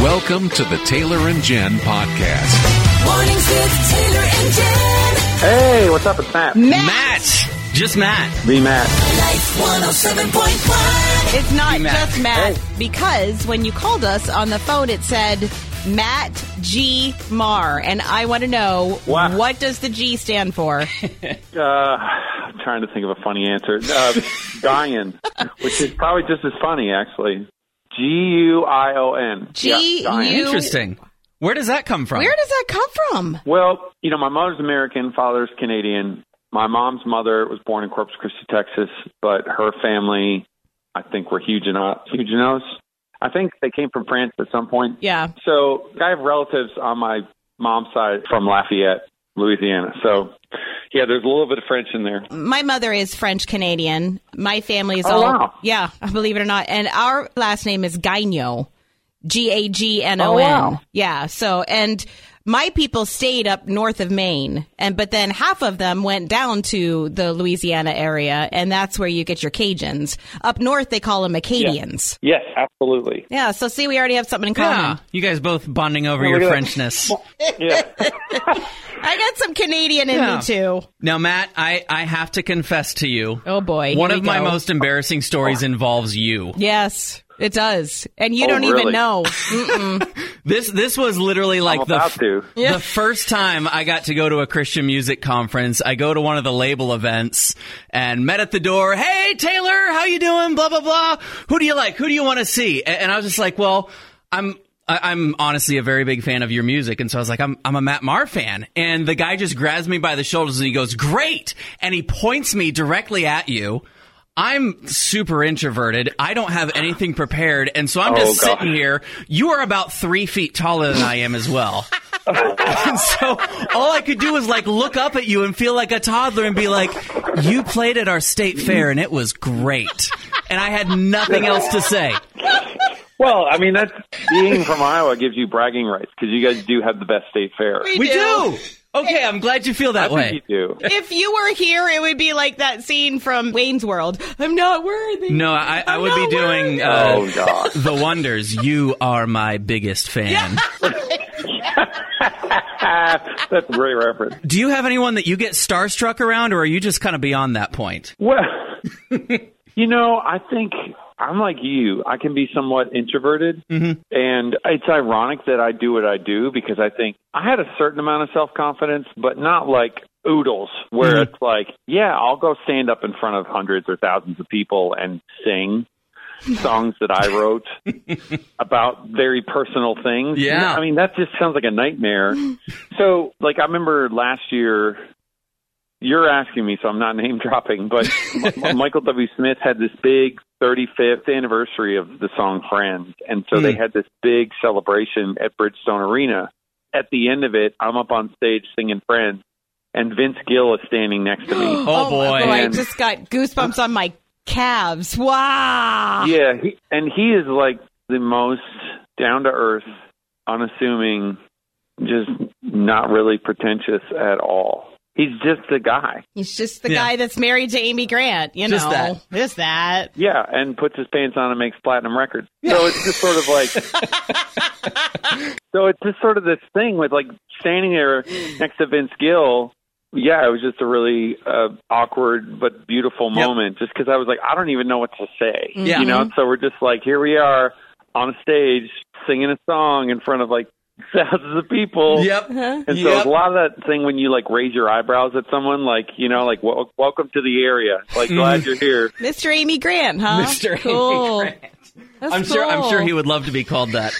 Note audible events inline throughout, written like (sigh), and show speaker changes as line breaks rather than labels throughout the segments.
Welcome to the Taylor and Jen podcast.
Mornings with Taylor and Jen.
Hey, what's up? It's Matt.
Mm.
Matt. Just Matt.
The Matt.
Life 107.1.
It's not
Matt. Oh.
just Matt
Hey.
because when you called us on the phone, it said Matt G Mar, and I want to know
Wow.
what does the G stand
(laughs)
for?
Uh, I'm trying to think of a funny answer. Uh, (laughs) Guyon, which is probably just as funny, actually. G U I O N.
G U.
Interesting. Where does that come from?
Where does that come from?
Well, you know, my mother's American, father's Canadian. My mom's mother was born in Corpus Christi, Texas, but her family, I think, were Huguenot, Huguenots. I think they came from France at some point.
Yeah.
So I have relatives on my mom's side from Lafayette, Louisiana. So, yeah, there's a little bit of French in there.
My mother is French Canadian. My family is
Oh,
all
wow.
yeah, believe it or not. And our last name is Gagnon, G A G N O
Oh, wow.
N. Yeah. So and my people stayed up north of Maine, and but then half of them went down to the Louisiana area, and that's where you get your Cajuns. Up north, they call them Acadians.
Yes, absolutely.
Yeah. so see, we already have something in
Yeah.
common.
You guys both bonding over
Oh,
your
yeah. (laughs)
Frenchness.
Yeah.
I got some Canadian in
Yeah.
me too.
Now, Matt, I, I have to confess to you.
Oh, boy.
One
Here
of
we
my
go.
most embarrassing stories involves you.
Yes, it does, and you
Oh,
don't even
really? (laughs)
know.
This this was literally like
I'm
the
about
f-
to.
Yeah.
the first time I got to go to a Christian music conference. I go to one of the label events and met at the door. Hey Taylor, how you doing? Blah blah blah. Who do you like? Who do you want to see? A- And, I was just like, well, I'm. I- I'm honestly a very big fan of your music, and so I was like, I'm, I'm a Matt Marr fan. And the guy just grabs me by the shoulders and he goes, Great! And he points me directly at you. I'm super introverted. I don't have anything prepared, and so I'm
Oh,
just
God.
sitting here. You are about three feet taller than I am as well.
(laughs)
and so all I could do was like look up at you and feel like a toddler and be like, "You played at our state fair and it was great." And I had nothing else to say.
Well, I mean, that's being from Iowa gives you bragging rights because you guys do have the best state fair.
We do. Okay, I'm glad you feel that
I
way.
think you do.
if you were here, it would be like that scene from Wayne's World. I'm not worthy.
No, I, I would be
not
doing
Oh
uh, (laughs)
God!
the wonders. You are my biggest fan.
That's a great reference.
Do you have anyone that you get starstruck around, or are you just kind of beyond that point?
Well, you know, I think I'm like you. I can be somewhat introverted, and it's ironic that I do what I do because I think I had a certain amount of self confidence, but not like oodles, where it's like, yeah, I'll go stand up in front of hundreds or thousands of people and sing songs that I wrote about very personal things.
Yeah.
I mean, that just sounds like a nightmare. so, like, I remember last year you're asking me, so I'm not (laughs) name dropping, but M- M- Michael W. Smith had this big 35th anniversary of the song Friends. And so they had this big celebration at Bridgestone Arena. At the end of it, I'm up on stage singing Friends, and Vince Gill is standing next to me.
(gasps) Oh, boy.
I just got goosebumps on my calves. Wow.
yeah, he, and he is like the most down to earth, unassuming, just not really pretentious at all. He's just a guy.
He's just the
Yeah.
guy that's married to Amy Grant, you
Just
know.
that.
Just that.
Yeah, and puts his pants on and makes platinum records. So it's just sort of like. so it's just sort of this thing with like standing there next to Vince Gill. Yeah, it was just a really uh, awkward but beautiful
Yep.
moment just because I was like, I don't even know what to say.
Yeah.
You know, so we're just like, here we are on a stage singing a song in front of like (laughs) thousands of people. And so it's a lot of that thing when you like raise your eyebrows at someone, like, you know, like, wel- welcome to the area. Like, glad you're here.
Mr. Amy Grant, huh?
Mr. Amy
Cool.
Grant.
That's
I'm sure. I'm
cool.
sure he would love to be called that.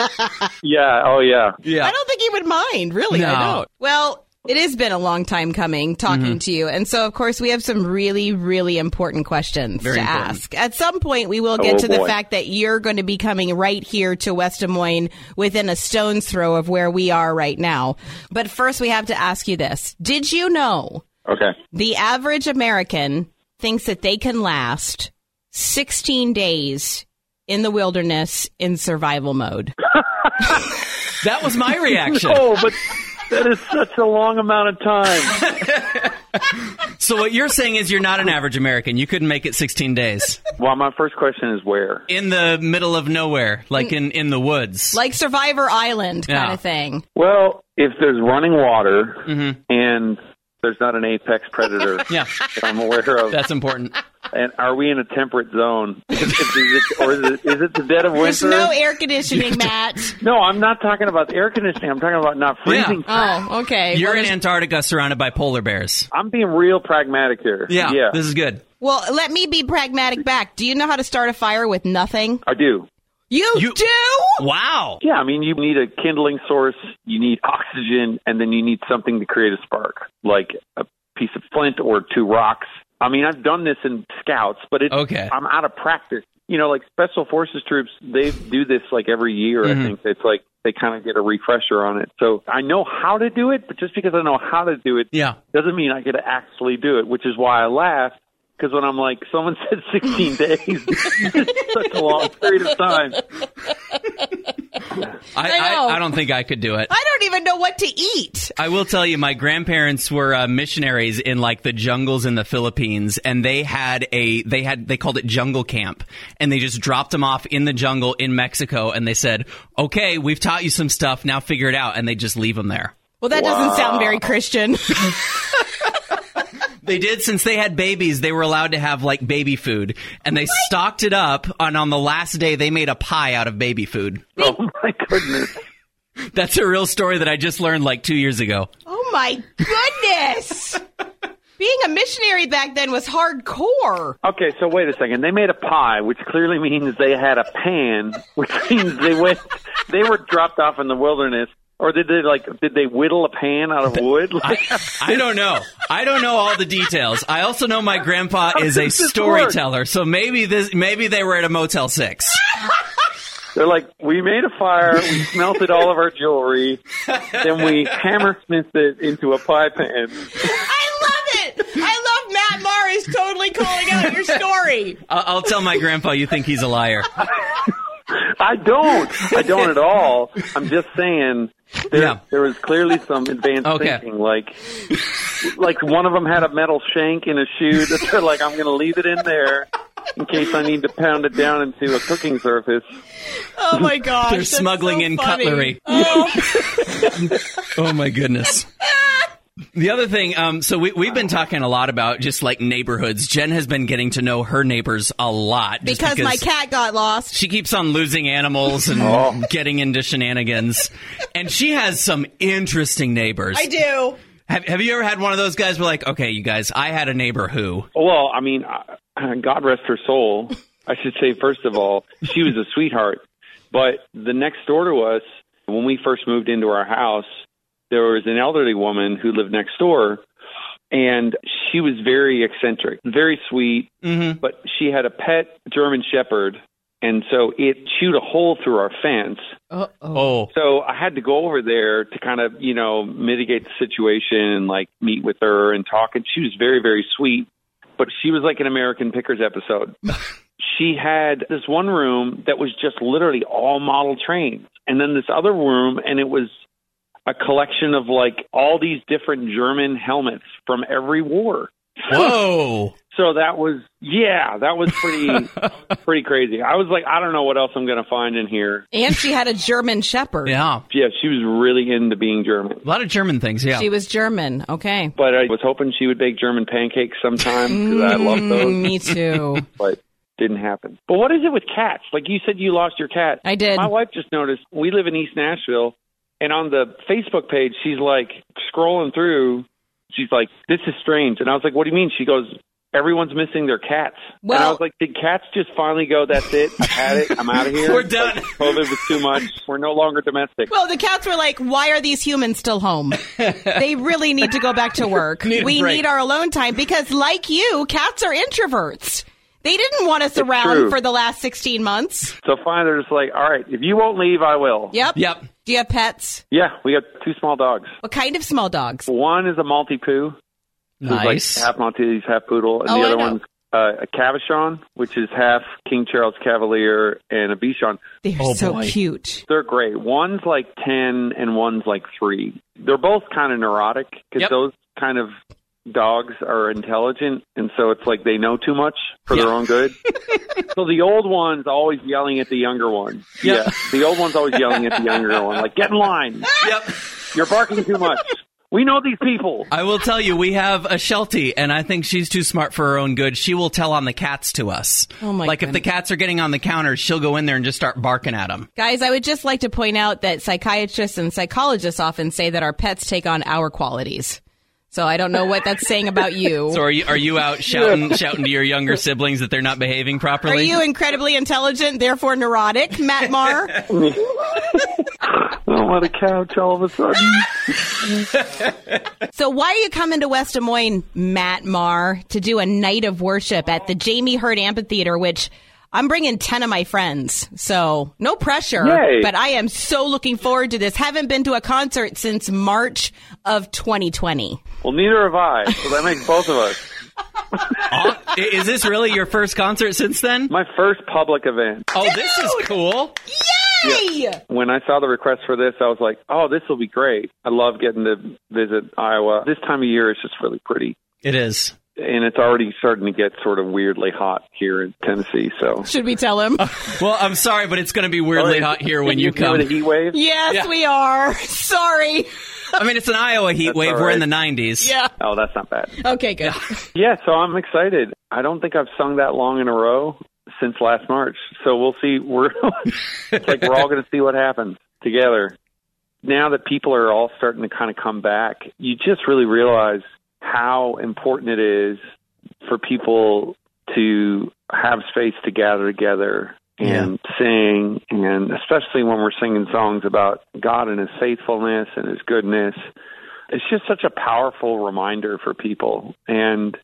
Yeah. Oh, yeah.
Yeah.
I don't think he would mind, really. I
No. Mm-hmm.
don't. Well, it has been a long time coming talking to you. And so, of course, we have some really, really important questions
Very
to
important.
ask. At some point, we will get
Oh,
to the
boy.
fact that you're going to be coming right here to West Des Moines within a stone's throw of where we are right now. But first, we have to ask you this Did you know
Okay.
the average American thinks that they can last 16 days in the wilderness in survival mode?
That was (laughs) my reaction.
Oh, but that is such a long amount of time.
So what you're saying is you're not an average American. You couldn't make it 16 days
(laughs) Well, my first question is where?
in the middle of nowhere, like in in the woods.
like Survivor Island kind
Yeah.
of thing.
Well, if there's running water
Mm-hmm.
and there's not an apex predator
yeah,
that I'm aware of,
that's (laughs) important.
and are we in a temperate zone? (laughs) Is it- or is it, is it the dead of
There's
winter?
no air conditioning, Matt.
No, I'm not talking about the air conditioning. I'm talking about not freezing.
Oh, okay.
You're
well,
in
there's-
Antarctica, surrounded by polar bears.
I'm being real pragmatic here.
Yeah,
yeah,
this is good.
well, let me be pragmatic back. Do you know how to start a fire with nothing?
I do.
You,
You-
do?
Wow.
Yeah, I mean, you need a kindling source, you need oxygen, and then you need something to create a spark, like a piece of flint or two rocks. I mean, I've done this in scouts, but it's,
Okay.
I'm out of practice. You know, like special forces troops, they do this like every year.
Mm-hmm.
I think it's like they kind of get a refresher on it. So I know how to do it, but just because I know how to do it
Yeah.
doesn't mean I could actually do it, which is why I laugh. Because when I'm like, someone said 16 days, (laughs) it's such a long period of time. (laughs)
I,
I know.
I, I don't think I could do it.
I don't even know what to eat.
I will tell you, my grandparents were uh, missionaries in like the jungles in the Philippines, and they had a they had they called it jungle camp, and they just dropped them off in the jungle in Mexico, and they said, "Okay, we've taught you some stuff. Now figure it out," and they just leave them there.
Well, that doesn't sound very Christian.
They did since they had babies. They were allowed to have like baby food, and they stocked it up. And on the last day, they made a pie out of baby food.
Oh my goodness.
That's a real story that I just learned like two years ago.
oh my goodness. Being a missionary back then was hardcore.
Okay, so wait a second. They made a pie, which clearly (laughs) means they had a pan, which (laughs) means they went they were dropped off in the wilderness. Or did they like did they whittle a pan out of wood? Like,
I don't know. I don't know all the details. I also know my grandpa is a
does this
storyteller, so maybe this maybe they were at a Motel Six.
they're like, We made a fire, we smelted all of our jewelry, then we hammersmithed it into a pie pan.
I love it. I love Matt Maher is totally calling out your story.
I- I'll tell my grandpa you think he's a liar.
I don't. I don't at
(laughs)
all. I'm just saying there,
Yeah.
there was clearly some advanced
(laughs) Okay.
thinking. Like, like one of them had a metal shank in a shoe that they're like, I'm going to leave it in there in case I need to pound it down into a cooking surface.
Oh my gosh.
They're
that's
smuggling
so
in
funny.
cutlery. Oh my goodness. The other thing, um, so we, we've been talking a lot about just like neighborhoods. Jen has been getting to know her neighbors a lot just
Because my cat got lost.
She keeps on losing animals and getting into shenanigans, and she has some interesting neighbors.
I do.
Have, have you ever had one of those guys where like, okay, you guys, I had a neighbor who
Well, I mean, I- (clears throat) God rest her soul. I should say, first of all, she was a sweetheart. But the next door to us, when we first moved into our house, there was an elderly woman who lived next door. And she was very eccentric, very sweet, but she had a pet German Shepherd. And so it chewed a hole through our fence.
oh
So I had to go over there to kind of, you know, mitigate the situation and like meet with her and talk. And she was very, very sweet, but she was like an American Pickers episode. she had this one room that was just literally all model trains, and then this other room, and it was a collection of like all these different German helmets from every war.
whoa,
So that was yeah, that was pretty pretty crazy. I was like, I don't know what else I'm going to find in here.
And she had a German shepherd.
yeah,
Yeah, she was really into being German.
a lot of German things, yeah.
She was German. Okay.
but I was hoping she would bake German pancakes sometime because I
Mm.
love those,
Me
(laughs)
too.
but didn't happen. But what is it with cats? Like you said, you lost your cat.
I did.
My wife just noticed we live in East Nashville, and on the Facebook page, she's like scrolling through. She's like, "This is strange," and I was like, "What do you mean?" She goes. Everyone's missing their cats. and I
Well-
was like, did cats just finally go, that's it? I've had it. I'm out of here.
(laughs) We're done.
Like, COVID was too much. We're no longer domestic.
Well, the cats were like, why are these humans still home? they really need to go back to work.
(laughs) Need a
we
break.
need our alone time because, like you, cats are introverts. They didn't want us around
true.
for the last 16 months.
So finally, they're just like, all right, if you won't leave, I will.
Yep.
Yep.
Do you have pets?
Yeah, we got two small dogs.
What kind of small dogs?
One is a Malty Poo,
nice.
who's like half Maltese, half Poodle, and
Oh,
the
I
other
know.
one's uh, a Cavachon, which is half King Charles Cavalier and a Bichon.
They're
Oh,
so
boy.
cute.
They're great. One's like 10 and one's like 3. They're both kind of neurotic because
Yep.
those kind of dogs are intelligent, and so it's like they know too much for their own good. (laughs) so the old one's always yelling at the younger one. Yeah, the old one's always yelling at the younger one, like get in line.
Yep.
You're barking too much. We know these people.
I will tell you, we have a Sheltie, and I think she's too smart for her own good. She will tell on the cats to us.
Oh, my
Like if the cats are getting on the counter, she'll go in there and just start barking at them.
Guys, I would just like to point out that psychiatrists and psychologists often say that our pets take on our qualities. So I don't know what that's saying about
(laughs)
you.
So are you are
(laughs)
you out shouting shouting to your younger siblings that they're not behaving
Are
properly?
you incredibly intelligent, therefore neurotic, Matt Marr?
I want a couch all of a sudden.
so why are you coming to West Des Moines, Matt Marr, to do a night of worship at the Jamie Hurd Amphitheater, which I'm bringing 10 of my friends. So no pressure,
Yay.
but I am so looking forward to this. Haven't been to a concert since March of 2020.
Well, neither have I. So that makes both of us.
Oh, i- Is this really your first concert since then?
My first public event.
Oh, this is cool.
Yay!
When I saw the request for this, I was like, "Oh, this will be great." I love getting to visit Iowa. This time of year is just really pretty,
It is.
and it's already starting to get sort of weirdly hot here in Tennessee. So
Should we tell him?
Well, I'm sorry, but it's going to be weirdly hot
(laughs)
here when you
feel The
come.
heat wave.
Yes,
Yeah.
we are. (laughs) Sorry.
I mean, it's an Iowa heat
That's
wave.
all
We're in the
right.
90s.
Yeah.
Oh, that's not bad.
Okay, good.
Yeah, so I'm excited. I don't think I've sung that long in a row since last March. So we'll see. We're (laughs) it's like we're all going to see what happens together. Now that people are all starting to kind of come back, you just really realize how important it is for people to have space to gather together and sing, and especially when we're singing songs about God and His faithfulness and His goodness. It's just such a powerful reminder for people, and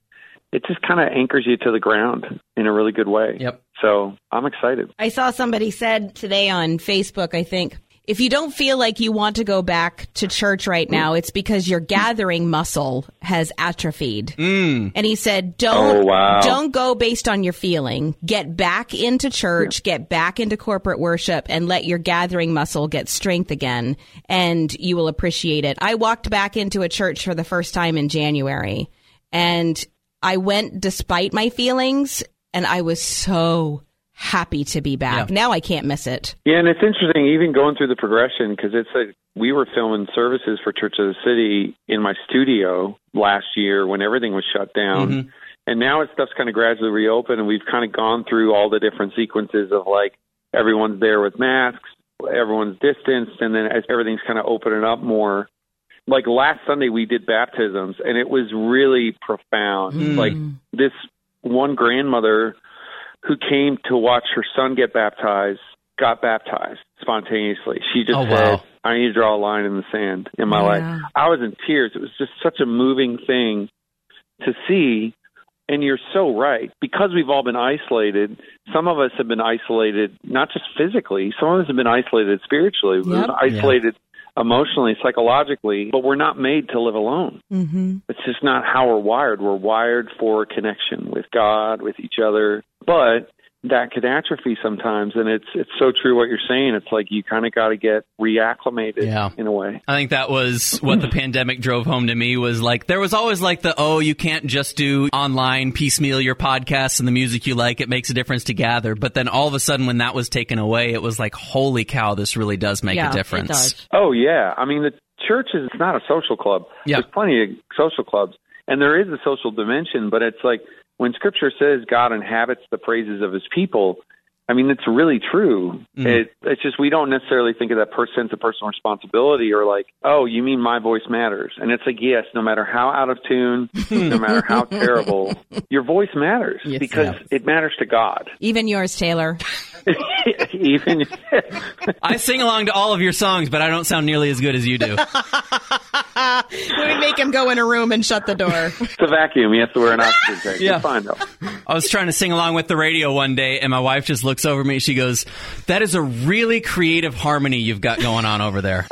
it just kind of anchors you to the ground in a really good way.
Yep.
So I'm excited.
I saw somebody said today on Facebook, I think, if you don't feel like you want to go back to church right now, it's because your gathering muscle has atrophied. Mm. And he said, don't,
Oh, wow.
don't go based on your feeling. Get back into church, get back into corporate worship, and let your gathering muscle get strength again. And you will appreciate it. I walked back into a church for the first time in January, and I went despite my feelings, and I was so happy to be back. Now I can't miss it.
Yeah, and it's interesting, even going through the progression, because it's like we were filming services for Church of the City in my studio last year when everything was shut down. And now it's stuff's kind of gradually reopened, and we've kind of gone through all the different sequences of like everyone's there with masks, everyone's distanced, and then as everything's kind of opening up more. Like last Sunday, we did baptisms, and it was really profound.
Hmm.
Like this one grandmother who came to watch her son get baptized got baptized spontaneously. She just
Oh,
said,
wow.
I need to draw a line in the sand in my life. I was in tears. It was just such a moving thing to see. And you're so right. Because we've all been isolated, some of us have been isolated, not just physically, some of us have been isolated spiritually, we've been
Yep.
isolated emotionally, psychologically, but we're not made to live alone.
Mm-hmm.
It's just not how we're wired. We're wired for connection with God, with each other, but that can atrophy sometimes. And it's it's so true what you're saying. It's like you kind of got to get reacclimated
Yeah.
in a way.
I think that was what
Hmm.
the pandemic drove home to me was like there was always like the oh you can't just do online piecemeal your podcasts and the music you like it makes a difference to gather but then all of a sudden when that was taken away it was like holy cow this really does make
Yeah,
a
it
difference
does.
Oh yeah, I mean the church is it's not a social club.
Yeah.
There's plenty of social clubs, and there is a social dimension, but it's like when Scripture says God inhabits the praises of His people. I mean, it's really true.
Mm.
It, it's just we don't necessarily think of that per- sense of personal responsibility or like, oh, you mean my voice matters? And it's like, yes, no matter how out of tune, no matter how
(laughs)
terrible, your voice matters because it matters to God. (laughs)
Even yours, (laughs) Taylor.
Even
I sing along to all of your songs but I don't sound nearly as good as
(laughs)
you do
we would make him go in a room and shut the door.
it's a vacuum. You have to wear an oxygen tank.
Yeah.
It's fine though.
I was trying to sing along with the radio one day, and my wife just looks over at me. and She goes, "That is a really creative harmony you've got going on
(laughs)
over there."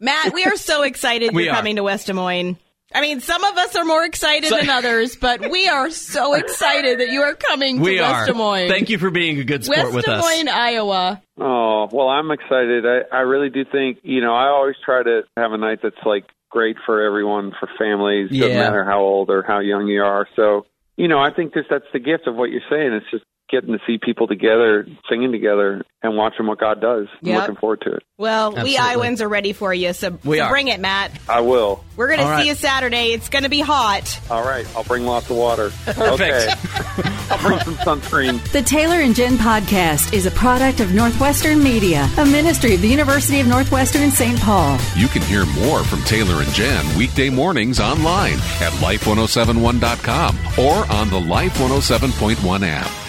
Matt, we are so excited
We
you're
are.
coming to West Des Moines. I mean, some of us are more excited than others, but we are so excited that you are coming to
We
West
are.
Des Moines.
Thank you for being a good sport
West
with
Des
us.
Moines, Iowa.
Oh, well, I'm excited. I, I really do think, you know, I always try to have a night that's like great for everyone, for families, doesn't
Yeah.
matter how old or how young you are. So, you know, I think just that's the gift of what you're saying. It's just getting to see people together, singing together, and watching what God does.
Yep.
I'm looking forward to it.
Well,
Absolutely.
we Iowans are ready for you, so,
We
so
are.
bring it, Matt.
I will.
We're going to
All right.
see you Saturday. It's going to be hot.
All right. I'll bring lots of water. Okay. (laughs) I'll bring some sunscreen.
The Taylor and Jen podcast is a product of Northwestern Media, a ministry of the University of Northwestern St. Paul.
You can hear more from Taylor and Jen weekday mornings oh online at life1071.com or on the Life 107.1 app.